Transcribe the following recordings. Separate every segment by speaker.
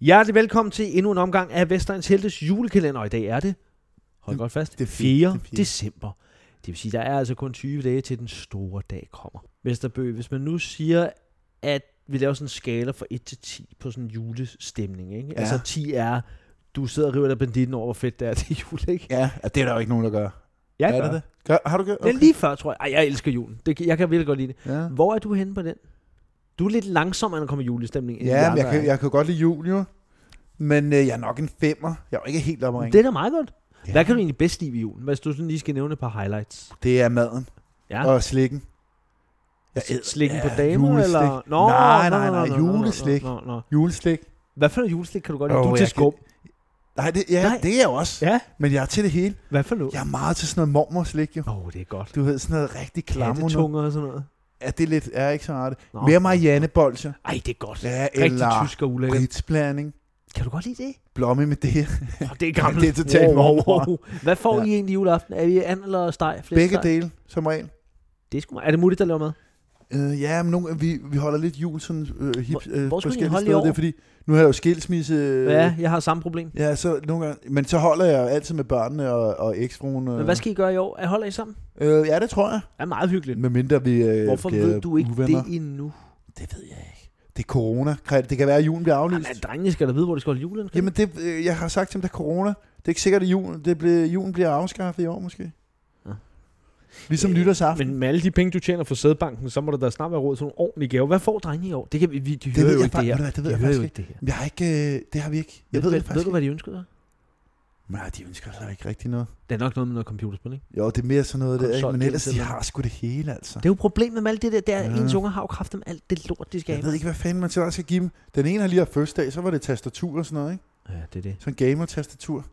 Speaker 1: Hjertelig velkommen til endnu en omgang af Vestegns Heltes julekalender, og i dag er det, hold
Speaker 2: Mm,
Speaker 1: godt fast,
Speaker 2: det er
Speaker 1: 4.
Speaker 2: fint, det er fint.
Speaker 1: december. Det vil sige, der er altså kun 20 dage til den store dag kommer. Vesterbø, hvis man nu siger, at vi laver sådan en skala fra 1 til 10 på sådan en julestemning, ikke?
Speaker 2: Ja.
Speaker 1: Altså 10 er, du sidder og river dig banditten over, hvor fedt det er til jul, ikke?
Speaker 2: Ja, og det er der jo ikke nogen, der gør.
Speaker 1: Jeg
Speaker 2: er
Speaker 1: gør.
Speaker 2: det det? Gør, har du gjort?
Speaker 1: Det er lige før, tror jeg. Ej, jeg elsker julen. Det, kan- jeg kan virkelig godt lide det.
Speaker 2: Ja,
Speaker 1: Hvor er du henne på den? Du er lidt langsommere, når der kommer julestemning. end vi
Speaker 2: ja men
Speaker 1: andre
Speaker 2: jeg kan,
Speaker 1: er.
Speaker 2: jeg kan godt lide jul, jo. Men øh, jeg er nok en femmer. Jeg er jo ikke helt oppe at ringe.
Speaker 1: Det er da meget godt.
Speaker 2: Ja.
Speaker 1: Hvad kan du egentlig bedst lide ved julen? Hvis du sådan lige skal nævne et par highlights.
Speaker 2: det er maden
Speaker 1: Ja.
Speaker 2: og slikken. æder-
Speaker 1: Slikken
Speaker 2: Øh, ja,
Speaker 1: på damer,
Speaker 2: juleslik.
Speaker 1: eller?
Speaker 2: Nej, nej, nej, juleslik.
Speaker 1: Nå, nå, nå.
Speaker 2: Juleslik.
Speaker 1: Hvad for noget juleslik kan du godt lide?
Speaker 2: Åh,
Speaker 1: Oh, du er til
Speaker 2: jeg
Speaker 1: skum.
Speaker 2: Nej, det, ja,
Speaker 1: Nej.
Speaker 2: Nej. det er jeg også. Ja.
Speaker 1: Ja,
Speaker 2: Men jeg er til det hele.
Speaker 1: hvad for noget?
Speaker 2: Jeg er meget til sådan noget mormorslik, jo.
Speaker 1: Åh, oh, det er godt.
Speaker 2: Du ved, sådan noget rigtig klamme. Ja,
Speaker 1: Kattetunger og sådan noget.
Speaker 2: ja, det er lidt, er ikke så meget.
Speaker 1: Nå.
Speaker 2: Mere mariannebolcher.
Speaker 1: Ej, det er godt.
Speaker 2: Ja,
Speaker 1: Rigtig
Speaker 2: eller
Speaker 1: tysk og ulækkert.
Speaker 2: britsblanding.
Speaker 1: Kan du godt lide det?
Speaker 2: Blomme med det.
Speaker 1: Oh, det er gammelt.
Speaker 2: Det er totalt mormor.
Speaker 1: Hvad får
Speaker 2: Ja.
Speaker 1: I egentlig juleaften? Er I and eller steg? Flæskesteg?
Speaker 2: Begge dele, som regel.
Speaker 1: Det er, sgu, meget- er det muligt, der laver med?
Speaker 2: Øh, ja, men nogle, vi, vi holder lidt jul sådan øh, hip,
Speaker 1: Hvor-
Speaker 2: øh,
Speaker 1: hvor skulle I
Speaker 2: forskellige
Speaker 1: holde i
Speaker 2: steder. Det
Speaker 1: år?
Speaker 2: er fordi, nu har jeg jo skilsmisse. Øh,
Speaker 1: Ja, jeg har samme problem.
Speaker 2: Ja, så nogle gange, men så holder jeg jo altid med børnene og, og eksfruen. Øh.
Speaker 1: Men hvad skal I gøre i år? Er holder I sammen?
Speaker 2: øh, ja, det tror jeg.
Speaker 1: Det er meget hyggeligt.
Speaker 2: Med mindre vi øh,
Speaker 1: Hvorfor
Speaker 2: bliver
Speaker 1: ved du ikke
Speaker 2: uvenner.
Speaker 1: det endnu?
Speaker 2: Det ved jeg ikke. Det er corona. Kan- Det kan være, at julen bliver aflyst.
Speaker 1: Jamen, drengene skal da vide, hvor de skal holde julen. kan de?
Speaker 2: Jamen, det, øh, jeg har sagt til dem, der er corona. Det er ikke sikkert, at julen, det blev, julen bliver afskaffet i år, måske.
Speaker 1: Ja.
Speaker 2: Ja. Ligesom
Speaker 1: Øh,
Speaker 2: nytårsaften.
Speaker 1: Men med alle de penge, du tjener fra sædbanken, så må der da snart være råd til nogle ordentlige gaver. Hvad får drenge i år? Det kan vi, vi de
Speaker 2: det
Speaker 1: hører
Speaker 2: ved
Speaker 1: jo
Speaker 2: jeg
Speaker 1: ikke det
Speaker 2: faktisk,
Speaker 1: her.
Speaker 2: ved du hvad, det ved
Speaker 1: de
Speaker 2: jeg
Speaker 1: hører
Speaker 2: faktisk ikke.
Speaker 1: jo ikke det her.
Speaker 2: Jeg har ikke, øh, det har vi ikke. Jeg ved,
Speaker 1: du-
Speaker 2: det faktisk
Speaker 1: ved du,
Speaker 2: ikke.
Speaker 1: hvad de ønsker sig?
Speaker 2: Nej, de ønsker sig ikke rigtig noget.
Speaker 1: Det er nok noget med noget computerspil, ikke?
Speaker 2: Jo, det er mere sådan noget der, ikke?
Speaker 1: Konsol,
Speaker 2: men ellers de
Speaker 1: internet.
Speaker 2: har sgu det hele, altså.
Speaker 1: Det er jo problemet med alt det der, der ja.
Speaker 2: Ja.
Speaker 1: ens unger har jo kraft om alt det lort, de skal
Speaker 2: Jeg
Speaker 1: have.
Speaker 2: ved ikke, hvad fanden man så skal give dem. Den ene har lige haft fødselsdag, så var det tastatur og sådan noget, ikke?
Speaker 1: Ja, det er det.
Speaker 2: Sådan en gamer-tastatur.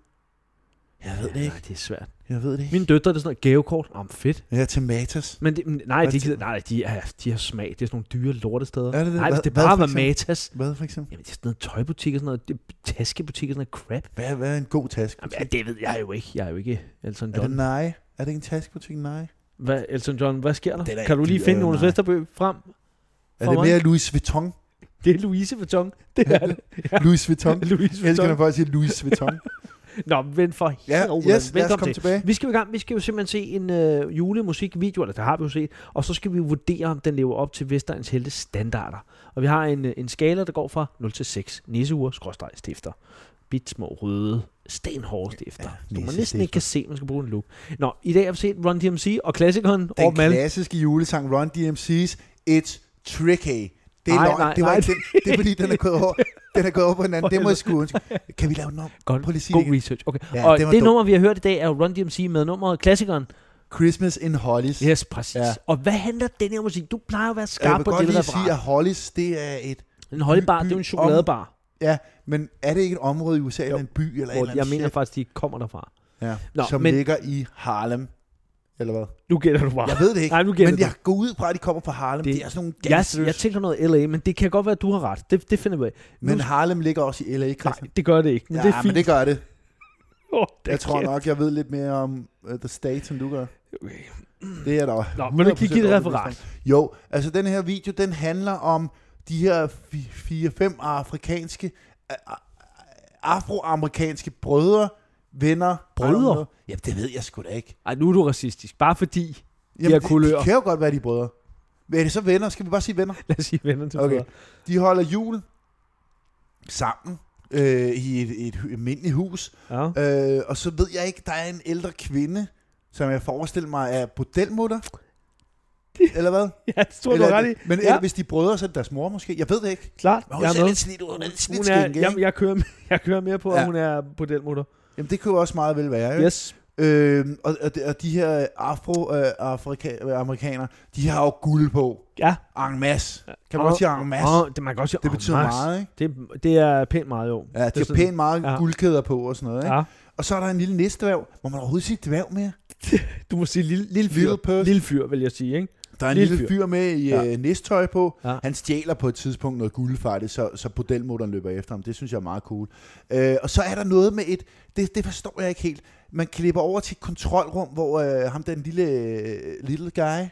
Speaker 2: Jeg ved det
Speaker 1: Ja,
Speaker 2: ikke.
Speaker 1: nej, det er svært.
Speaker 2: Jeg ved det ikke.
Speaker 1: Mine døtre, det er sådan noget gavekort. Om fedt.
Speaker 2: Ja, til Matas.
Speaker 1: Men det, men nej,
Speaker 2: Hvad
Speaker 1: de,
Speaker 2: til-
Speaker 1: gider, nej, de, er, de har smag. Det er sådan nogle dyre lortesteder.
Speaker 2: Er det det?
Speaker 1: Nej, hvis
Speaker 2: Hvad-
Speaker 1: det
Speaker 2: hvad
Speaker 1: bare
Speaker 2: for
Speaker 1: var
Speaker 2: eksempel?
Speaker 1: Matas.
Speaker 2: Hvad for eksempel?
Speaker 1: Jamen, det er sådan noget tøjbutik og sådan noget. Det, taskebutik og sådan noget crap.
Speaker 2: Hvad, hvad er en god taske?
Speaker 1: Jamen, ja, det ved jeg jo ikke. Jeg er jo ikke Elton
Speaker 2: Er det
Speaker 1: John.
Speaker 2: nej? Er det ikke en taskebutik? Nej.
Speaker 1: Hvad, Elton John, hvad sker
Speaker 2: Den
Speaker 1: der?
Speaker 2: er
Speaker 1: Kan du
Speaker 2: ikke
Speaker 1: lige
Speaker 2: dyr,
Speaker 1: finde
Speaker 2: øh,
Speaker 1: Jonas
Speaker 2: nej.
Speaker 1: Vesterbø frem?
Speaker 2: Er
Speaker 1: For
Speaker 2: det
Speaker 1: mig?
Speaker 2: mere Louis Vuitton?
Speaker 1: Det er Louise Vuitton. Det er det.
Speaker 2: Louis Vuitton?
Speaker 1: Louise
Speaker 2: Jeg elsker, når
Speaker 1: Vuitton.
Speaker 2: folk siger Louis Vuitton.
Speaker 1: Nå, men for
Speaker 2: Ja,
Speaker 1: helvede.
Speaker 2: yes, lad os
Speaker 1: Velkommen
Speaker 2: komme
Speaker 1: til.
Speaker 2: tilbage.
Speaker 1: Vi skal jo i gang. Vi skal jo simpelthen se en øh, julemusikvideo, eller det har vi jo set, og så skal vi vurdere, om den lever op til Vestegns Heltes standarder. Og vi har en, øh, en skala, der går fra 0 til 6. Nisseur, skråstreg, stifter. Bit små røde, stenhårde stifter. Ja,
Speaker 2: Ja,
Speaker 1: du man næsten
Speaker 2: nissestifter.
Speaker 1: ikke kan se, man skal bruge en loop. Nå, i dag har vi set Run DMC og klassikeren over
Speaker 2: Den
Speaker 1: dem alle.
Speaker 2: klassiske julesang Run DMC's It's Tricky. Det er
Speaker 1: Nej,
Speaker 2: løgn.
Speaker 1: nej,
Speaker 2: det, var
Speaker 1: nej.
Speaker 2: Ikke den. det er fordi, den er gået over, den er gået over på hinanden. Det må jeg sgu undskylde. Kan vi lave den om?
Speaker 1: Godt.
Speaker 2: Prøv lige at sige
Speaker 1: God
Speaker 2: det igen.
Speaker 1: research. Okay. Ja,
Speaker 2: Ja,
Speaker 1: og
Speaker 2: det
Speaker 1: det,
Speaker 2: var
Speaker 1: det
Speaker 2: dumt.
Speaker 1: nummer, vi har hørt i dag, er jo Run DMC med nummeret Klassikeren.
Speaker 2: Christmas in Hollies.
Speaker 1: Yes, præcis. Ja.
Speaker 2: Ja.
Speaker 1: Og hvad handler den her musik? Du plejer jo at være
Speaker 2: jeg
Speaker 1: skarp
Speaker 2: vil
Speaker 1: på
Speaker 2: godt
Speaker 1: det
Speaker 2: lige sige,
Speaker 1: referat.
Speaker 2: at Hollies, det er et...
Speaker 1: En holdebar,
Speaker 2: by-
Speaker 1: det er jo en
Speaker 2: om-
Speaker 1: chokoladebar,
Speaker 2: Ja, men er det ikke et område i USA,
Speaker 1: Jo.
Speaker 2: eller en by, eller et
Speaker 1: hvor
Speaker 2: eller
Speaker 1: jeg
Speaker 2: andet
Speaker 1: mener
Speaker 2: shit?
Speaker 1: faktisk, de kommer derfra.
Speaker 2: ja,
Speaker 1: Nå,
Speaker 2: som
Speaker 1: men-
Speaker 2: ligger i Harlem? Eller hvad?
Speaker 1: Nu gætter du bare.
Speaker 2: Jeg ved det ikke,
Speaker 1: Nej, nu gætter
Speaker 2: men
Speaker 1: du.
Speaker 2: jeg går ud fra, at de kommer fra Harlem.
Speaker 1: Det-
Speaker 2: Det, det er sådan nogle
Speaker 1: jeg,
Speaker 2: gangsters.
Speaker 1: jeg tænker noget LA, men det kan godt være, at du har ret. Det, det finder vi af. Nu-
Speaker 2: men Harlem ligger også i L.A., Christian.
Speaker 1: Nej, det gør det ikke, men
Speaker 2: ja,
Speaker 1: ja, det er fint.
Speaker 2: men det gør det.
Speaker 1: oh,
Speaker 2: Jeg tror nok, jeg ved lidt mere om uh, The State, end du gør.
Speaker 1: Okay.
Speaker 2: Det er der
Speaker 1: Nå, men du kan give det
Speaker 2: 100%
Speaker 1: referat.
Speaker 2: Jo, altså den her video, den handler om de her 4-5 afrikanske, a- a- afroamerikanske brødre, venner.
Speaker 1: Brødre?
Speaker 2: I don't know. Jamen, det ved jeg sgu da ikke.
Speaker 1: Ej, nu er du racistisk. Bare fordi,
Speaker 2: Jamen,
Speaker 1: er
Speaker 2: de,
Speaker 1: kulører.
Speaker 2: de kan jo godt være, de er brødre. Men er det så venner? Skal vi bare sige venner?
Speaker 1: lad os sige venner til
Speaker 2: Okay.
Speaker 1: brødre.
Speaker 2: De holder jul sammen øh, i et, et, hu- almindeligt hus.
Speaker 1: Ja.
Speaker 2: Øh, og så ved jeg ikke, der er en ældre kvinde, som jeg forestiller mig er bordelmutter. Eller hvad?
Speaker 1: ja, det tror du
Speaker 2: eller,
Speaker 1: har ret i.
Speaker 2: Men
Speaker 1: Ja.
Speaker 2: eller, hvis de er brødre, så er det deres mor måske. Jeg ved det ikke.
Speaker 1: Klart,
Speaker 2: Men hun
Speaker 1: jeg er
Speaker 2: ser
Speaker 1: med.
Speaker 2: lidt slidt ud. Hun er lidt
Speaker 1: Hun
Speaker 2: slidt
Speaker 1: er,
Speaker 2: skænke,
Speaker 1: jeg,
Speaker 2: ikke?
Speaker 1: jeg, kører, jeg kører mere på, at
Speaker 2: Ja.
Speaker 1: hun er på den måde.
Speaker 2: Jamen, det kunne jo også meget vel være. Ikke?
Speaker 1: Yes.
Speaker 2: Øhm, og, og, de- og de her øh, afroamerikanere, de har jo guld på.
Speaker 1: Ja.
Speaker 2: En masse. Kan man
Speaker 1: Og-
Speaker 2: godt sige en masse?
Speaker 1: Åh, det, man kan godt sige,
Speaker 2: Det
Speaker 1: åh,
Speaker 2: betyder
Speaker 1: mas.
Speaker 2: meget, ikke?
Speaker 1: Det, det er pænt meget, jo.
Speaker 2: Ja, de
Speaker 1: det
Speaker 2: har pænt meget
Speaker 1: ja.
Speaker 2: ja. guldkæder på og sådan noget. Ikke?
Speaker 1: Ja.
Speaker 2: Og så er der en lille næstvæv. Må man overhovedet sige dværg mere?
Speaker 1: Du må sige lille, lille fyr.
Speaker 2: Little
Speaker 1: Lille,
Speaker 2: person.
Speaker 1: lille fyr, vil jeg sige, ikke?
Speaker 2: Der er en
Speaker 1: Lille
Speaker 2: lille, fyr med i
Speaker 1: Ja.
Speaker 2: ja. øh, næsttøj på.
Speaker 1: Ja.
Speaker 2: Ja. Han stjæler på et tidspunkt noget guld fra det, så, så bordelmutteren løber efter ham. Det synes jeg er meget cool. Øh, og så er der noget med et... Det, det forstår jeg ikke helt. Man klipper over til et kontrolrum, hvor øh, ham den lille øh, little guy,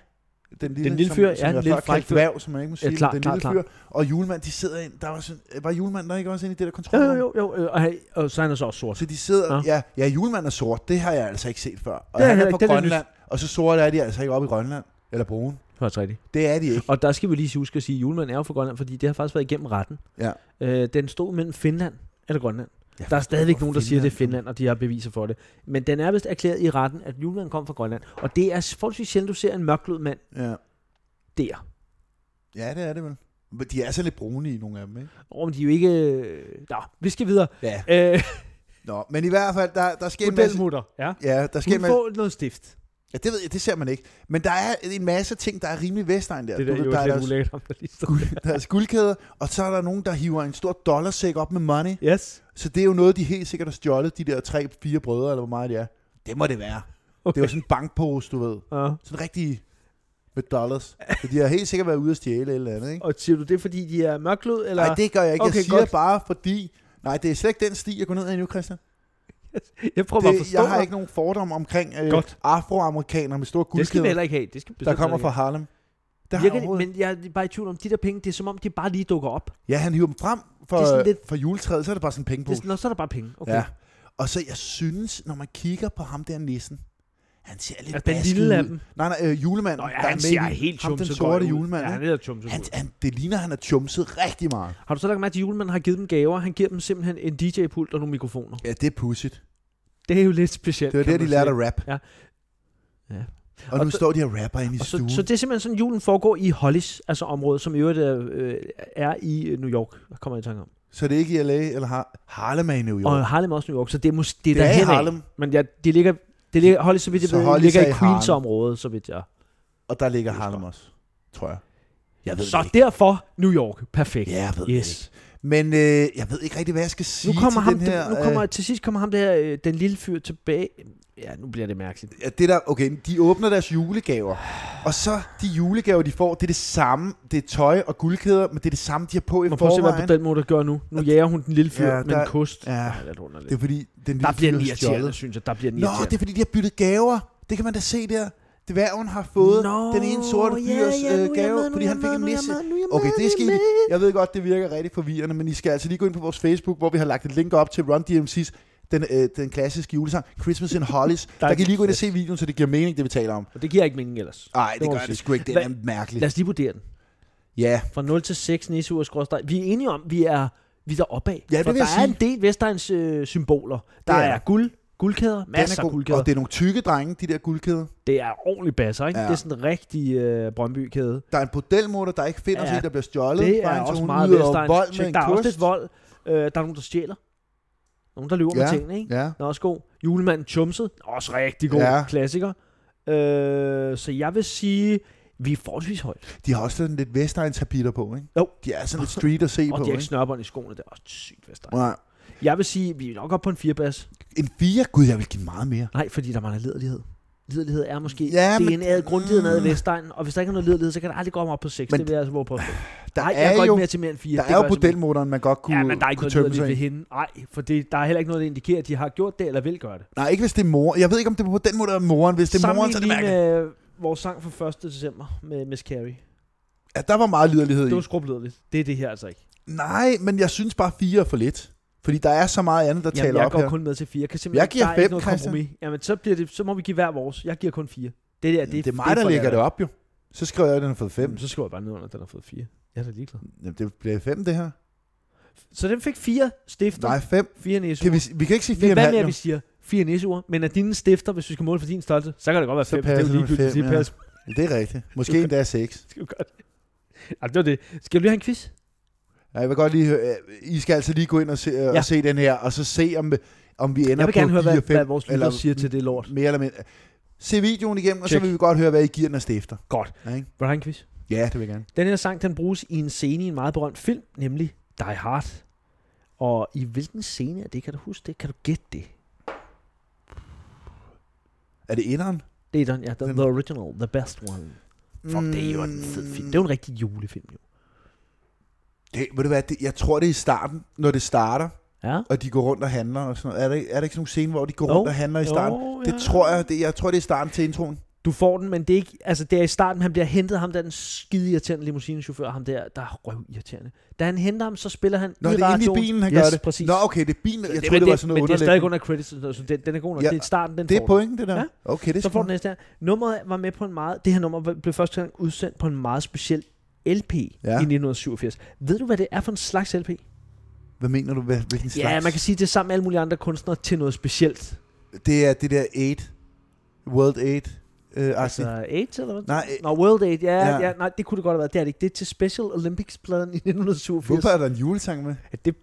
Speaker 2: den lille,
Speaker 1: Den lille
Speaker 2: som,
Speaker 1: fyr, ja,
Speaker 2: som
Speaker 1: den
Speaker 2: jeg
Speaker 1: lille
Speaker 2: før
Speaker 1: frække
Speaker 2: kaldte
Speaker 1: fyr.
Speaker 2: dværg, som man ikke må sige,
Speaker 1: klar,
Speaker 2: den
Speaker 1: klar,
Speaker 2: lille
Speaker 1: klar.
Speaker 2: fyr, og julemand, de sidder ind, der var sådan, var julemand der ikke også inde i det der
Speaker 1: Jo,
Speaker 2: kontrol?
Speaker 1: jo, jo, jo. øh, Og, han, og så er han så også sort.
Speaker 2: Så de sidder,
Speaker 1: Ja.
Speaker 2: ja. ja, ja julemanden er sort, det har jeg altså ikke set før. Og
Speaker 1: Det er
Speaker 2: han
Speaker 1: heller
Speaker 2: er på
Speaker 1: ikke- det er lidt
Speaker 2: Grønland, og så sorte er de altså ikke oppe i Grønland, eller brune.
Speaker 1: Det var altså rigtigt.
Speaker 2: Det er de ikke.
Speaker 1: Og der skal vi lige huske at sige, at julemanden er jo fra Grønland, fordi det har faktisk været igennem retten.
Speaker 2: Ja.
Speaker 1: Øh, den stod mellem Finland eller Grønland.
Speaker 2: Ja,
Speaker 1: Der er stadigvæk
Speaker 2: hvor
Speaker 1: nogen, der siger, at det er
Speaker 2: Finland.
Speaker 1: Finland, og de har beviser for det. Men den er vist erklæret i retten, at julemanden kom fra Grønland. Og det er forholdsvis sjældent, du ser en mørklød mand
Speaker 2: Ja.
Speaker 1: der.
Speaker 2: ja, det er det vel. Men de er så lidt brune i nogle af dem, ikke?
Speaker 1: Og de er jo ikke... Nå, vi skal videre.
Speaker 2: Ja.
Speaker 1: Øh,
Speaker 2: Nå, men i hvert fald, der, der sker en masse...
Speaker 1: Modelmutter. Ja.
Speaker 2: Ja, der sker en
Speaker 1: Hun
Speaker 2: masse...
Speaker 1: får noget stift.
Speaker 2: Ja, det ved jeg, det ser man ikke. Men der er en masse ting, der er rimelig vestegn der.
Speaker 1: Det der,
Speaker 2: Du
Speaker 1: er
Speaker 2: ved,
Speaker 1: jo
Speaker 2: der, er
Speaker 1: lidt
Speaker 2: deres,
Speaker 1: ulækkert om der lige står.
Speaker 2: guld, deres guldkæder, og så er der nogen, der hiver en stor dollarsæk op med money.
Speaker 1: Yes.
Speaker 2: Så det er jo noget, de helt sikkert har stjålet, de der tre, fire brødre, eller hvor meget det er. Det må det være. Det er jo sådan en bankpose, du ved.
Speaker 1: Ja.
Speaker 2: Sådan rigtig med dollars. Så de har helt sikkert været ude at stjæle et eller andet, ikke?
Speaker 1: Og siger du det, fordi de er mørklød? Eller?
Speaker 2: Nej, det gør jeg ikke. Jeg
Speaker 1: Okay,
Speaker 2: okay, siger
Speaker 1: godt.
Speaker 2: godt. bare, fordi... Nej, det er slet ikke den sti, jeg går ned ad nu, Christian.
Speaker 1: jeg prøver bare at
Speaker 2: Det,
Speaker 1: forstå.
Speaker 2: jeg har ikke nogen fordomme omkring øh,
Speaker 1: Godt.
Speaker 2: afroamerikanere med store
Speaker 1: det skal vi
Speaker 2: guldkæder,
Speaker 1: heller ikke have. Det skal vi
Speaker 2: der
Speaker 1: bestemt
Speaker 2: kommer
Speaker 1: heller
Speaker 2: fra Harlem. Det har
Speaker 1: ikke
Speaker 2: jeg
Speaker 1: have. Virkelig,
Speaker 2: overhovedet-
Speaker 1: men jeg er bare i tvivl om, de der penge, det er som om, de bare lige dukker op.
Speaker 2: Ja, han hiver dem frem
Speaker 1: Det er
Speaker 2: for,
Speaker 1: sådan
Speaker 2: det
Speaker 1: lidt-
Speaker 2: for juletræet, så er det bare sådan en pengepose.
Speaker 1: Det er, sådan, nå, så er der bare penge. Okay.
Speaker 2: Ja. Og så, jeg synes, når man kigger på ham der nissen, han ser lidt
Speaker 1: Altså, den
Speaker 2: vasket
Speaker 1: lille
Speaker 2: ud.
Speaker 1: af dem.
Speaker 2: Nej, nej, øh, julemanden.
Speaker 1: Nå, ja,
Speaker 2: der er
Speaker 1: han
Speaker 2: med
Speaker 1: ser
Speaker 2: i-
Speaker 1: helt
Speaker 2: ham, den
Speaker 1: tjumset
Speaker 2: sorte
Speaker 1: ud.
Speaker 2: julemand,
Speaker 1: Ja,
Speaker 2: ikke?
Speaker 1: han er tjumset
Speaker 2: han,
Speaker 1: ud.
Speaker 2: han, det ligner, han er chumset rigtig meget.
Speaker 1: Har du så lagt mærke til, at julemanden har givet dem gaver? Han giver dem simpelthen en DJ-pult og nogle mikrofoner.
Speaker 2: Ja, det er pudsigt.
Speaker 1: Det er jo lidt specielt.
Speaker 2: Det var
Speaker 1: kan
Speaker 2: der, de
Speaker 1: man
Speaker 2: lærte
Speaker 1: sige.
Speaker 2: at rap.
Speaker 1: Ja. Ja.
Speaker 2: Og,
Speaker 1: Og
Speaker 2: og nu
Speaker 1: så-
Speaker 2: står de og rapper inde i
Speaker 1: Og så,
Speaker 2: stuen.
Speaker 1: så det er simpelthen sådan, julen foregår i Hollis, altså området, som i øvrigt er, øh, er i øh, New York, kommer jeg i tanke om.
Speaker 2: Så det er ikke i L.A. eller Har- Harlem er i New York.
Speaker 1: Og Harlem er også New York, så det er, mås- det er,
Speaker 2: det er i
Speaker 1: derhenad.
Speaker 2: Harlem,
Speaker 1: Men ja, det ligger, det ligger, Hollis, så vidt jeg
Speaker 2: Så
Speaker 1: ved,
Speaker 2: Hollis
Speaker 1: ligger
Speaker 2: er
Speaker 1: i
Speaker 2: i
Speaker 1: Queens-området, så vidt jeg.
Speaker 2: og der ligger
Speaker 1: Det er
Speaker 2: Harlem også, tror jeg. Jeg ved
Speaker 1: så
Speaker 2: det ikke.
Speaker 1: derfor New York. Perfekt.
Speaker 2: Ja, jeg ved
Speaker 1: yes.
Speaker 2: det ikke. Men øh, jeg ved ikke rigtig, hvad jeg skal
Speaker 1: Nu
Speaker 2: sige
Speaker 1: kommer
Speaker 2: til
Speaker 1: ham,
Speaker 2: den her...
Speaker 1: nu kommer, til sidst kommer ham der, øh, den lille fyr tilbage. Ja, nu bliver det mærkeligt.
Speaker 2: øh, Ja, det der, okay, de åbner deres julegaver, og så de julegaver, de får, det er det samme, det er tøj og guldkæder, men det er det samme, de har på i
Speaker 1: Man får se, hvad
Speaker 2: forvejen.
Speaker 1: på den måde, der gør nu. Nu jager hun den lille fyr
Speaker 2: Ja,
Speaker 1: med
Speaker 2: der-
Speaker 1: en kost.
Speaker 2: Ja,
Speaker 1: Ej, det er underligt.
Speaker 2: det er fordi, den
Speaker 1: der
Speaker 2: lille
Speaker 1: bliver
Speaker 2: fyr
Speaker 1: den
Speaker 2: er
Speaker 1: irriterende,
Speaker 2: stjålet.
Speaker 1: synes jeg. Der bliver den
Speaker 2: Nå,
Speaker 1: irriterende.
Speaker 2: det er fordi, de har byttet gaver. Det kan man da se der. Dværgen har fået
Speaker 1: Nå,
Speaker 2: den ene sorte
Speaker 1: ja,
Speaker 2: fyrs
Speaker 1: ja, nu er
Speaker 2: øh,
Speaker 1: jeg
Speaker 2: gave,
Speaker 1: med, nu
Speaker 2: fordi
Speaker 1: er
Speaker 2: han
Speaker 1: jeg
Speaker 2: fik en
Speaker 1: med, nu er jeg
Speaker 2: nisse.
Speaker 1: med, nu er jeg
Speaker 2: Okay,
Speaker 1: med,
Speaker 2: det skal
Speaker 1: nu er
Speaker 2: I...
Speaker 1: jeg med.
Speaker 2: Jeg ved godt, det virker rigtig forvirrende, men I skal altså lige gå ind på vores Facebook, hvor vi har lagt et link op til Run DMC's den, øh, den klassiske julesang Christmas in Hollies. der,
Speaker 1: er
Speaker 2: der kan I lige gå ind og
Speaker 1: fedt.
Speaker 2: se videoen, så det giver mening, det vi taler om.
Speaker 1: Og det giver ikke mening ellers.
Speaker 2: Nej,
Speaker 1: Det
Speaker 2: det
Speaker 1: må
Speaker 2: gør
Speaker 1: man
Speaker 2: det sgu ikke. Det
Speaker 1: Hvad-
Speaker 2: er mærkeligt.
Speaker 1: Lad os lige vurdere den.
Speaker 2: Ja,
Speaker 1: Fra 0 til 6, Nisse Ur, skråstreg. Vi er enige om, vi er, vi er deroppe af.
Speaker 2: Ja, det
Speaker 1: For
Speaker 2: vil
Speaker 1: der
Speaker 2: jeg
Speaker 1: er
Speaker 2: sige.
Speaker 1: en del Vestegns øh, symboler. Der
Speaker 2: Det
Speaker 1: er,
Speaker 2: er
Speaker 1: er
Speaker 2: der.
Speaker 1: guld, guldkæder, masser af guldkæder.
Speaker 2: Og det er nogle tykke drenge, de der guldkæder.
Speaker 1: Det er ordentligt basser, ikke? Ja.
Speaker 2: Ja.
Speaker 1: Det er sådan en rigtig øh, Brøndby-kæde.
Speaker 2: Der er en bordelmutter, der ikke finder
Speaker 1: Ja,
Speaker 2: ja, sig, der bliver stjålet.
Speaker 1: Det
Speaker 2: fra
Speaker 1: er
Speaker 2: hende, så
Speaker 1: også
Speaker 2: hun
Speaker 1: meget
Speaker 2: yder
Speaker 1: Vestegns.
Speaker 2: vold med
Speaker 1: Check,
Speaker 2: en
Speaker 1: der er også
Speaker 2: kost.
Speaker 1: lidt vold. Øh, der er nogen, der stjæler. Nogen, der løber ja.
Speaker 2: Ja.
Speaker 1: med tingene, ikke?
Speaker 2: Ja.
Speaker 1: Den er også god. Julemanden Chumset. Også rigtig god ja.
Speaker 2: Ja.
Speaker 1: klassiker. Øh, så jeg vil sige, vi er forholdsvis højt.
Speaker 2: De har også sådan lidt Vestegns habiter på, ikke?
Speaker 1: Jo.
Speaker 2: De er sådan lidt street at se
Speaker 1: Og
Speaker 2: på,
Speaker 1: de har ikke
Speaker 2: ikke?
Speaker 1: snørbånd i skoene. Det er også sygt Vestegn.
Speaker 2: Nej.
Speaker 1: Jeg vil sige, vi er nok oppe på en firebas.
Speaker 2: En fire? Gud, jeg vil give meget mere.
Speaker 1: Nej, fordi der mangler lederlighed. Liderlighed er måske
Speaker 2: Ja,
Speaker 1: ja, det
Speaker 2: men-
Speaker 1: er en grundlighed ned i
Speaker 2: Mm.
Speaker 1: Vestegn, og hvis der ikke er noget liderlighed, så kan det aldrig gå om op på 6.
Speaker 2: Men
Speaker 1: det vil jeg altså våge på. Der
Speaker 2: Der
Speaker 1: Nej,
Speaker 2: er
Speaker 1: jeg går
Speaker 2: jo,
Speaker 1: ikke mere til mere end 4.
Speaker 2: der er jo bordelmutteren, man godt kunne,
Speaker 1: Ja, men der er ikke
Speaker 2: kunne
Speaker 1: noget
Speaker 2: tømme sig
Speaker 1: liderligt ved
Speaker 2: i.
Speaker 1: hende. Nej, for det, der er heller ikke noget, der indikerer, at de har gjort det eller vil gøre det.
Speaker 2: Nej, ikke hvis det er mor. Jeg ved ikke, om det er bordelmutter eller moren. Hvis det er moren, så er det
Speaker 1: Sammenlign
Speaker 2: mærkeligt.
Speaker 1: lige med øh, vores sang fra 1. december med Miss Carrie.
Speaker 2: Ja, der var meget liderlighed
Speaker 1: Det
Speaker 2: i.
Speaker 1: var skrublederligt. Det er det her altså ikke.
Speaker 2: Nej, men jeg synes bare fire er for lidt. Fordi der er så meget andet, der
Speaker 1: Jamen,
Speaker 2: taler
Speaker 1: jeg
Speaker 2: op
Speaker 1: går
Speaker 2: her.
Speaker 1: kun med til fire. Kan simpelthen,
Speaker 2: Jeg giver
Speaker 1: der er ikke
Speaker 2: fem,
Speaker 1: noget
Speaker 2: Christian.
Speaker 1: kompromis. Jamen, så, bliver det, så må vi give hver vores. Jeg giver kun fire. Det, der, det,
Speaker 2: Det er mig, der lægger det op, jo. Så skriver jeg, at den har fået fem.
Speaker 1: Jamen, så skriver jeg bare ned under, at den har fået fire. Jeg er da ligeglad.
Speaker 2: Jamen, det bliver fem, det her.
Speaker 1: Så den fik fire stifter.
Speaker 2: Nej, fem.
Speaker 1: Fire næseuger.
Speaker 2: Kan vi,
Speaker 1: Vi,
Speaker 2: vi kan ikke sige
Speaker 1: Men
Speaker 2: fire
Speaker 1: hvad med, at
Speaker 2: jo.
Speaker 1: vi siger fire næseuger, men at dine stifter, hvis vi skal måle for din størrelse, så kan det godt være
Speaker 2: Så
Speaker 1: fem. for Det er jo
Speaker 2: passer det med
Speaker 1: ligegyldigt.
Speaker 2: fem,
Speaker 1: det
Speaker 2: ja.
Speaker 1: passer
Speaker 2: Det er rigtigt. Måske endda seks.
Speaker 1: sgu godt. Jamen, det var det. Skal vi lige have en quiz?
Speaker 2: Ja, jeg vil godt lige høre, øh, I skal altså lige gå ind og se, ja.
Speaker 1: Ja.
Speaker 2: og se den her, og så se, om, om vi ender
Speaker 1: Jeg vil gerne
Speaker 2: på
Speaker 1: høre,
Speaker 2: 4,
Speaker 1: hvad,
Speaker 2: 5,
Speaker 1: hvad vores lytter siger til det lort.
Speaker 2: Mere eller mindre. Se videoen igennem, og så
Speaker 1: Check.
Speaker 2: vil vi godt høre, hvad I giver den af stifter.
Speaker 1: Godt.
Speaker 2: Ja, ikke?
Speaker 1: Vil du have en quiz?
Speaker 2: ja det vil jeg gerne.
Speaker 1: Den her sang, den bruges i en scene i en meget berømt film, nemlig Die Hard. Og i hvilken scene er det? Kan du huske det? Kan du gætte det?
Speaker 2: Er det inderen?
Speaker 1: Det er den, ja, den,
Speaker 2: Den-
Speaker 1: the original, the best one. Fuck, det er jo en fed film. Det er jo en rigtig julefilm, jo.
Speaker 2: Det, ved du hvad, det, jeg tror, det er i starten, når det starter,
Speaker 1: Ja?
Speaker 2: og de går rundt og handler og sådan noget. Er det, er det ikke sådan nogle scene, hvor de går
Speaker 1: Jo.
Speaker 2: rundt og handler i starten?
Speaker 1: Jo,
Speaker 2: Det tror jeg, det, jeg tror, det er starten til introen.
Speaker 1: Du får den, men det er ikke... Altså, det er i starten, han bliver hentet ham, der er den skide irriterende limousinechauffør, ham der, der er røv irriterende. Da han henter ham, så spiller han
Speaker 2: Nå, det er inde i
Speaker 1: radioen.
Speaker 2: bilen, han
Speaker 1: yes,
Speaker 2: gør det.
Speaker 1: præcis.
Speaker 2: Nå, okay, det er bilen. Jeg
Speaker 1: Men
Speaker 2: troede, det var sådan noget
Speaker 1: Men det er stadig
Speaker 2: underlæg.
Speaker 1: under credits, og sådan noget, så den, den er god nok.
Speaker 2: Ja.
Speaker 1: Ja, det er starten, den
Speaker 2: Det
Speaker 1: får
Speaker 2: er
Speaker 1: du.
Speaker 2: pointen, det der.
Speaker 1: Ja.
Speaker 2: Okay, det er
Speaker 1: Så får du
Speaker 2: smart.
Speaker 1: næste her. Nummeret var med på en meget... Det her nummer blev første gang udsendt på en meget speciel LP ja. i 1987. Ved du, hvad det er for en slags LP?
Speaker 2: Hvad mener du? Hvad, hvilken slags?
Speaker 1: Ja, man kan sige, det er sammen med alle mulige andre kunstnere til noget specielt.
Speaker 2: Det er det der 8. World 8. Øh, altså,
Speaker 1: Altså 8 eller hvad?
Speaker 2: nej,
Speaker 1: Nå, World 8, ja,
Speaker 2: Ja.
Speaker 1: ja. ja, nej, det kunne det godt have været. Det er det ikke. Det er til Special Olympics-pladen i 1987.
Speaker 2: hvorfor er der en julesang med?
Speaker 1: Ja, det,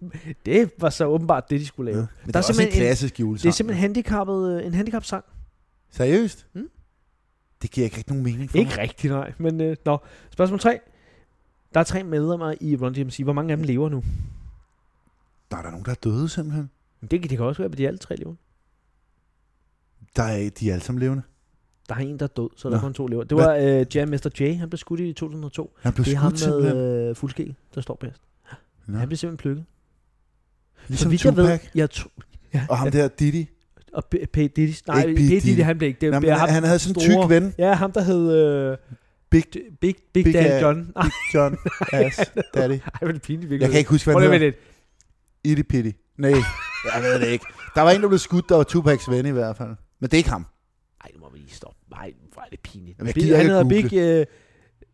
Speaker 1: det var så åbenbart det, de skulle lave. Ja.
Speaker 2: Men der er også en
Speaker 1: simpelthen en-
Speaker 2: klassisk julesang.
Speaker 1: Det er simpelthen handicappet, øh, en handicap-sang.
Speaker 2: Seriøst?
Speaker 1: Mm.
Speaker 2: Det giver ikke rigtig nogen mening for
Speaker 1: Ikke
Speaker 2: mig.
Speaker 1: rigtigt, nej. Men øh, nå, spørgsmål 3. Der er tre medlemmer i Run DMC. Hvor mange af dem lever nu?
Speaker 2: Der er der nogen, der er døde simpelthen.
Speaker 1: Men Det, kan- det kan også være, at de alle tre lever.
Speaker 2: Der er, de er alle sammen levende.
Speaker 1: Der er en, der er død, så der
Speaker 2: Nå.
Speaker 1: er kun to lever. Det var øh, Jam Mester J, han blev skudt i 2002.
Speaker 2: Han blev
Speaker 1: det er ham
Speaker 2: skudt simpelthen.
Speaker 1: med øh, fuldskæg, der står bedst.
Speaker 2: Nå.
Speaker 1: Han blev simpelthen plukket.
Speaker 2: Ligesom
Speaker 1: vidt jeg
Speaker 2: Tupac
Speaker 1: ved, jeg to, ja,
Speaker 2: og ham der Diddy.
Speaker 1: og P- P. Diddy. Nej,
Speaker 2: Ikke
Speaker 1: P.
Speaker 2: P. Diddy.
Speaker 1: Diddy, han blev ikke. Det
Speaker 2: Nå, men
Speaker 1: blev ham,
Speaker 2: han, han havde sådan en tyk
Speaker 1: store-
Speaker 2: ven,
Speaker 1: ja, ham der hed øh,
Speaker 2: Big-
Speaker 1: Big, Big, Big
Speaker 2: Big
Speaker 1: Daddy
Speaker 2: Daddy.
Speaker 1: John. Ej,
Speaker 2: John Ass Daddy.
Speaker 1: hvor er det pinligt virkelig.
Speaker 2: Jeg kan ikke huske, hvad
Speaker 1: Prøv
Speaker 2: han
Speaker 1: lige at
Speaker 2: hedder.
Speaker 1: vente lidt.
Speaker 2: Itty Pitty. Nej, jeg ved det ikke. Der var en, der blev skudt, der var Tupacs ven i hvert fald. Men det er ikke ham.
Speaker 1: Ej, nu må vi lige stoppe. Nej, hvor er det pinligt.
Speaker 2: Jamen, jeg
Speaker 1: Big-
Speaker 2: gider
Speaker 1: han
Speaker 2: ikke
Speaker 1: hedder
Speaker 2: google.
Speaker 1: Big, øh,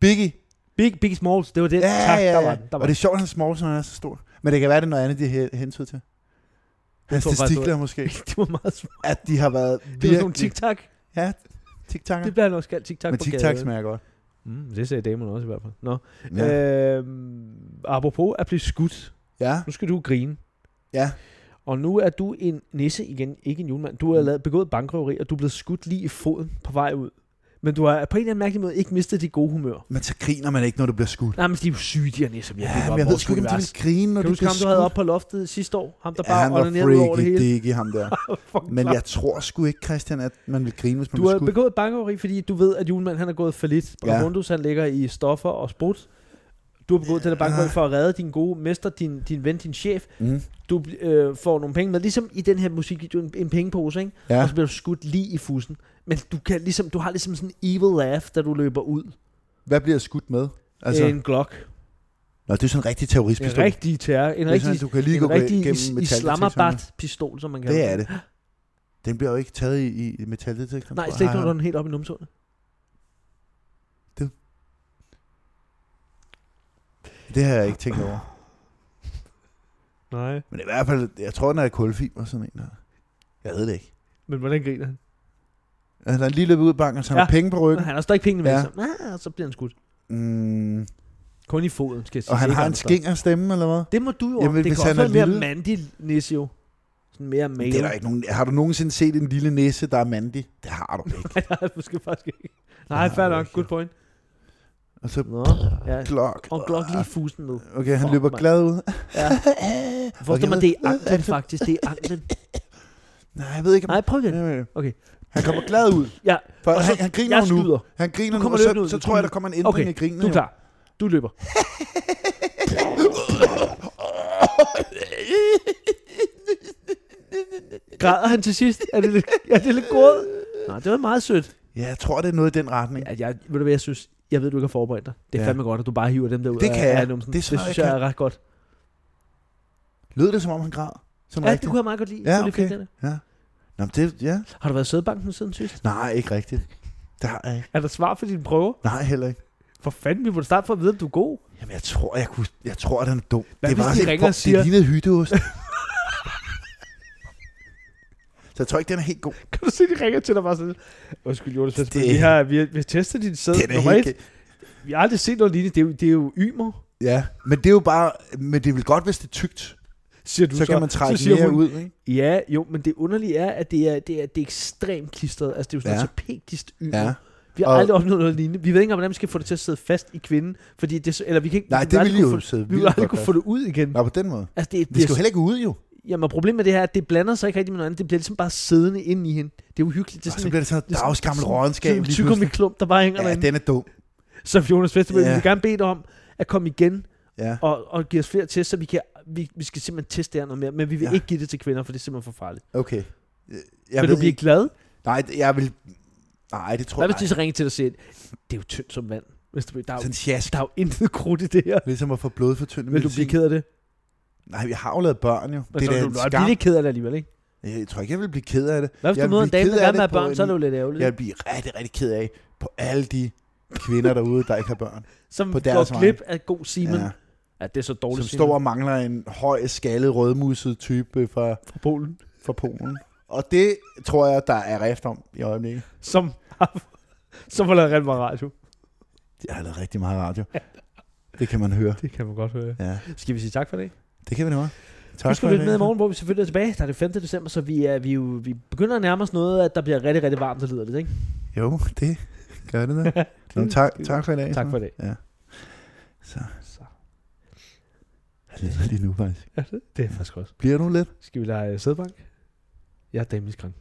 Speaker 2: Biggie.
Speaker 1: Big, Big Smalls. Det var det.
Speaker 2: Ja,
Speaker 1: tak,
Speaker 2: ja, ja.
Speaker 1: Der var, den, der var.
Speaker 2: Og det er sjovt, at han er small, så han er så stor. Men det kan være, det er noget andet, de har hentyder til. Hans
Speaker 1: tror jeg faktisk,
Speaker 2: testikler måske.
Speaker 1: den. det var meget smart.
Speaker 2: At de har været
Speaker 1: Det var sådan nogle
Speaker 2: virkelig...
Speaker 1: tic-tac.
Speaker 2: Ja, tiktakker.
Speaker 1: Det bliver han også kaldt tic-tac
Speaker 2: Men
Speaker 1: på
Speaker 2: tiktak
Speaker 1: gaden.
Speaker 2: smager godt.
Speaker 1: Mm, det sagde damerne også i hvert fald. Nå.
Speaker 2: Ja.
Speaker 1: Ja. Øhm, apropos at blive skudt.
Speaker 2: ja.
Speaker 1: Nu skal du grine.
Speaker 2: Ja.
Speaker 1: Og nu er du en nisse igen, ikke en julemand. Du har
Speaker 2: Mm.
Speaker 1: lavet, begået bankrøveri, og du er blevet skudt lige i foden på vej ud. Men du har på en eller anden mærkelig måde ikke mistet dit gode humør.
Speaker 2: Men så griner man ikke, når du bliver skudt.
Speaker 1: Nej, men de er jo syge, de her nisser.
Speaker 2: Ja,
Speaker 1: virkelig godt.
Speaker 2: men jeg ved
Speaker 1: Vores
Speaker 2: sgu ikke, om de
Speaker 1: univers.
Speaker 2: vil grine, når
Speaker 1: Kan du
Speaker 2: du
Speaker 1: huske
Speaker 2: bliver
Speaker 1: ham, du
Speaker 2: skudt.
Speaker 1: havde op på loftet sidste år? Ham, der
Speaker 2: ja,
Speaker 1: bare
Speaker 2: han var
Speaker 1: onanerede over det
Speaker 2: freaky,
Speaker 1: hele.
Speaker 2: det er ikke ham der.
Speaker 1: Fuck,
Speaker 2: Men
Speaker 1: klar.
Speaker 2: jeg tror sgu ikke, Christian, at man vil grine, hvis man
Speaker 1: Du
Speaker 2: bliver
Speaker 1: har
Speaker 2: skudt.
Speaker 1: begået bankrøveri, fordi du ved, at julemanden han er gået for lidt.
Speaker 2: Ja.
Speaker 1: Ja. Mundus, han ligger i stoffer og sprut. Du har begået ja. den her bankrøveri for at redde din gode mester, din, din ven, din chef.
Speaker 2: Mm.
Speaker 1: Du bl- øh, får nogle penge med, ligesom i den her musikvideo, en, en pengepose, ikke?
Speaker 2: Ja.
Speaker 1: Ja. og så bliver du skudt lige i fussen. Men du, kan ligesom, du har ligesom sådan en evil laugh, da du løber ud.
Speaker 2: Hvad bliver jeg skudt med? Altså,
Speaker 1: Altså, en Glock.
Speaker 2: Nå, det er sådan en rigtig
Speaker 1: En
Speaker 2: terroristpistol.
Speaker 1: rigtig terror. En
Speaker 2: det er sådan,
Speaker 1: rigtig,
Speaker 2: du kan lige gå
Speaker 1: en rigtig
Speaker 2: gennem
Speaker 1: is-
Speaker 2: metaldetektorerne.
Speaker 1: Islamabad-pistol, som man kan
Speaker 2: Det er det. Den bliver jo ikke taget i, i metaldetektoren.
Speaker 1: Nej,
Speaker 2: tror jeg.
Speaker 1: slet ikke, når
Speaker 2: Har-
Speaker 1: du er helt op i numsålet.
Speaker 2: Det har jeg ikke tænkt over.
Speaker 1: Nej.
Speaker 2: Men i hvert fald, jeg tror, den er kulfiber, sådan en der. Jeg ved det ikke.
Speaker 1: Men hvordan griner han?
Speaker 2: Altså, han er lige løbet ud af banken, så han ja.
Speaker 1: Ja.
Speaker 2: har penge på ryggen.
Speaker 1: Han har stadig pengene med
Speaker 2: Ja.
Speaker 1: ja. sig. Ah, så bliver han skudt.
Speaker 2: Mm,
Speaker 1: Kun i foden, skal jeg sige.
Speaker 2: og han
Speaker 1: Ikke
Speaker 2: har en
Speaker 1: andre
Speaker 2: skinger stemme, eller hvad?
Speaker 1: steder. Det må du jo
Speaker 2: Jamen,
Speaker 1: Jamen, Det
Speaker 2: hvis
Speaker 1: kan også
Speaker 2: han er
Speaker 1: være mere
Speaker 2: lille-
Speaker 1: mandig nisse jo. Sådan mere male.
Speaker 2: Det er der ikke nogen. Har du nogensinde set en lille næse, der er mandig? Det har du ikke.
Speaker 1: Nej, det er måske faktisk ikke.
Speaker 2: har
Speaker 1: Nej,
Speaker 2: jeg
Speaker 1: fair nok.
Speaker 2: ikke.
Speaker 1: Good point.
Speaker 2: Og så
Speaker 1: Nå, ja.
Speaker 2: Glock.
Speaker 1: Og Glock lige i fusen nu.
Speaker 2: Okay, han
Speaker 1: Fuck,
Speaker 2: løber
Speaker 1: mand.
Speaker 2: glad ud.
Speaker 1: Ja. Forstår man, det er i anklen faktisk. Det er i anklen.
Speaker 2: Nej, jeg ved ikke, om...
Speaker 1: Nej, prøv igen.
Speaker 2: Nej.
Speaker 1: Okay.
Speaker 2: Han kommer glad ud.
Speaker 1: Ja,
Speaker 2: For
Speaker 1: Og
Speaker 2: han,
Speaker 1: så-
Speaker 2: han Øh, griner
Speaker 1: jeg
Speaker 2: jo nu.
Speaker 1: skyder.
Speaker 2: Han griner
Speaker 1: Du
Speaker 2: nu,
Speaker 1: kommer
Speaker 2: og så,
Speaker 1: løbende ud.
Speaker 2: så
Speaker 1: Du
Speaker 2: tror jeg,
Speaker 1: skyder.
Speaker 2: der kommer en ændring
Speaker 1: Okay,
Speaker 2: i grinen.
Speaker 1: Du
Speaker 2: jo.
Speaker 1: er klar. Du løber. Græder han til sidst? Er det lidt, er det lidt gråd? Nej, det var meget sødt.
Speaker 2: Ja, jeg tror, det er noget i den retning.
Speaker 1: at jeg, ved du hvad, jeg synes, jeg ved, du ikke har forberedt dig. Det er
Speaker 2: Ja.
Speaker 1: ja. fandme godt, at du bare hiver dem der ud
Speaker 2: Det
Speaker 1: af,
Speaker 2: kan jeg.
Speaker 1: af numsen.
Speaker 2: Det er
Speaker 1: Det,
Speaker 2: sådan
Speaker 1: det
Speaker 2: noget,
Speaker 1: synes
Speaker 2: jeg
Speaker 1: jeg er ret godt.
Speaker 2: Lød det, som om han græd? Som
Speaker 1: Ja, det
Speaker 2: rigtigt?
Speaker 1: kunne jeg meget godt lide.
Speaker 2: Ja,
Speaker 1: Kunne det
Speaker 2: okay.
Speaker 1: finde det?
Speaker 2: Ja. Nå, men det, ja.
Speaker 1: Har du været i sædbanken siden sidst?
Speaker 2: Nej, ikke rigtigt. Det har jeg ikke.
Speaker 1: Er der svar for dine prøver?
Speaker 2: Nej, heller ikke.
Speaker 1: For fanden, vi burde starte for at vide, om du er god.
Speaker 2: Jamen, jeg tror, jeg, kunne, jeg tror, at han er dum.
Speaker 1: Hvad
Speaker 2: det
Speaker 1: hvis de
Speaker 2: sådan en
Speaker 1: ringer og
Speaker 2: form-
Speaker 1: siger-
Speaker 2: Det lignede hytteost. så jeg tror ikke, den er helt god.
Speaker 1: Kan du se, de ringer til dig bare sådan? Undskyld, Jonas, det...
Speaker 2: Det-
Speaker 1: vi, har, vi, har, vi har testet din sæd
Speaker 2: Den er
Speaker 1: nummer
Speaker 2: helt
Speaker 1: et. Vi har aldrig set noget lignende. Det er jo, det er jo ymer,
Speaker 2: ge- Ja, men det er jo bare... Men det er vel godt, hvis det er tykt.
Speaker 1: siger du
Speaker 2: så
Speaker 1: så.
Speaker 2: kan man trække
Speaker 1: så siger
Speaker 2: mere
Speaker 1: hun,
Speaker 2: ud, ikke?
Speaker 1: Ja, jo, men det underlige er, at det er, det er, det er ekstremt klistret. Altså, det er jo sådan
Speaker 2: Ja.
Speaker 1: ja. tapetklist ymer.
Speaker 2: Ja.
Speaker 1: Ja. Vi har
Speaker 2: Og-
Speaker 1: og... aldrig opnået noget lignende. Vi ved ikke engang, hvordan vi skal få det til at sidde fast i kvinden. Fordi det, er så- eller vi kan ikke,
Speaker 2: Nej,
Speaker 1: vi vil
Speaker 2: det
Speaker 1: aldrig
Speaker 2: ville jo
Speaker 1: kunne få-
Speaker 2: sidde
Speaker 1: Vi vil
Speaker 2: vildt
Speaker 1: aldrig
Speaker 2: godt
Speaker 1: kunne få det ud igen.
Speaker 2: Nå, på den måde.
Speaker 1: Altså, det,
Speaker 2: Det
Speaker 1: det,
Speaker 2: skulle
Speaker 1: det,
Speaker 2: heller ikke ud, jo.
Speaker 1: jamen, problemet med det her er, at det blander sig ikke rigtig med noget andet. Det bliver ligesom bare siddende inde i hende. Det er uhyggeligt. Det
Speaker 2: Og
Speaker 1: er
Speaker 2: så
Speaker 1: sådan
Speaker 2: bliver det sådan noget
Speaker 1: sådan-
Speaker 2: dagsgammel
Speaker 1: sådan-
Speaker 2: rådenskab.
Speaker 1: en
Speaker 2: lige
Speaker 1: tykomiklump,
Speaker 2: pludselig.
Speaker 1: klump, der bare hænger ja,
Speaker 2: Ja,
Speaker 1: derinde.
Speaker 2: den er dum.
Speaker 1: Så Jonas Vesterberg,
Speaker 2: Ja.
Speaker 1: ja. vi vil gerne bede dig om at komme igen
Speaker 2: Ja.
Speaker 1: og, og give os flere tests, så vi, kan, vi, vi skal simpelthen teste det her noget mere. Men vi vil
Speaker 2: Ja.
Speaker 1: ja. ikke give det til kvinder, for det er simpelthen for farligt.
Speaker 2: Okay. Øh, Jeg
Speaker 1: Jeg vil
Speaker 2: ved
Speaker 1: du blive
Speaker 2: ikke-
Speaker 1: glad?
Speaker 2: Nej, jeg vil... Nej, det tror
Speaker 1: Hvad
Speaker 2: jeg
Speaker 1: hvis de
Speaker 2: ikke.
Speaker 1: så ringer til dig og siger, det er jo tyndt som vand. Hvis du, der, er jo,
Speaker 2: Sådan sjask.
Speaker 1: der er jo intet krudt i det her.
Speaker 2: Ligesom at få blodfortyndende
Speaker 1: Vil du blive ked af det?
Speaker 2: Nej, jeg har jo lavet børn jo. Det er
Speaker 1: du,
Speaker 2: da
Speaker 1: du,
Speaker 2: en
Speaker 1: du
Speaker 2: skam.
Speaker 1: bliver lidt ked af det alligevel, ikke?
Speaker 2: Jeg tror ikke, jeg vil blive ked af det.
Speaker 1: Hvad hvis
Speaker 2: Jeg
Speaker 1: du
Speaker 2: vil
Speaker 1: møder en
Speaker 2: blive
Speaker 1: dame,
Speaker 2: ked af
Speaker 1: der gerne vil
Speaker 2: det
Speaker 1: have børn,
Speaker 2: på
Speaker 1: så er
Speaker 2: en-
Speaker 1: det jo lidt ærgerligt.
Speaker 2: Jeg vil blive rigtig, rigtig ked af på alle de kvinder derude, der ikke har børn.
Speaker 1: som
Speaker 2: på deres
Speaker 1: går
Speaker 2: vej.
Speaker 1: glip af god Simon. Ja.
Speaker 2: Ja.
Speaker 1: ja, det er så
Speaker 2: Som
Speaker 1: dårligt Simon
Speaker 2: står og mangler en høj, skaldet, rødmusset type fra,
Speaker 1: fra Polen.
Speaker 2: fra Polen. Og det tror jeg, der er rift om i øjeblikket.
Speaker 1: Som har, som har lavet rigtig meget radio.
Speaker 2: Jeg har lavet rigtig meget radio. Det kan man høre.
Speaker 1: Det kan man godt høre.
Speaker 2: Ja,
Speaker 1: Skal vi sige tak for det?
Speaker 2: det kan vi nu.
Speaker 1: Tak
Speaker 2: Tak
Speaker 1: Husk
Speaker 2: for
Speaker 1: at
Speaker 2: i
Speaker 1: lytte
Speaker 2: dag.
Speaker 1: med i morgen, hvor vi selvfølgelig er tilbage. Der er det 5. december, så vi, er, vi, er jo, vi begynder at nærme os noget, at der bliver rigtig, rigtig varmt, det lyder lidt, ikke?
Speaker 2: Jo, det gør det da. Nå, tak, tak for i dag.
Speaker 1: Tak
Speaker 2: så.
Speaker 1: for i dag.
Speaker 2: Ja. Så
Speaker 1: Så.
Speaker 2: jeg leder lige nu faktisk.
Speaker 1: Det er faktisk også.
Speaker 2: Bliver du lidt?
Speaker 1: Skal vi lege sædbank? Jeg er Damien Krank.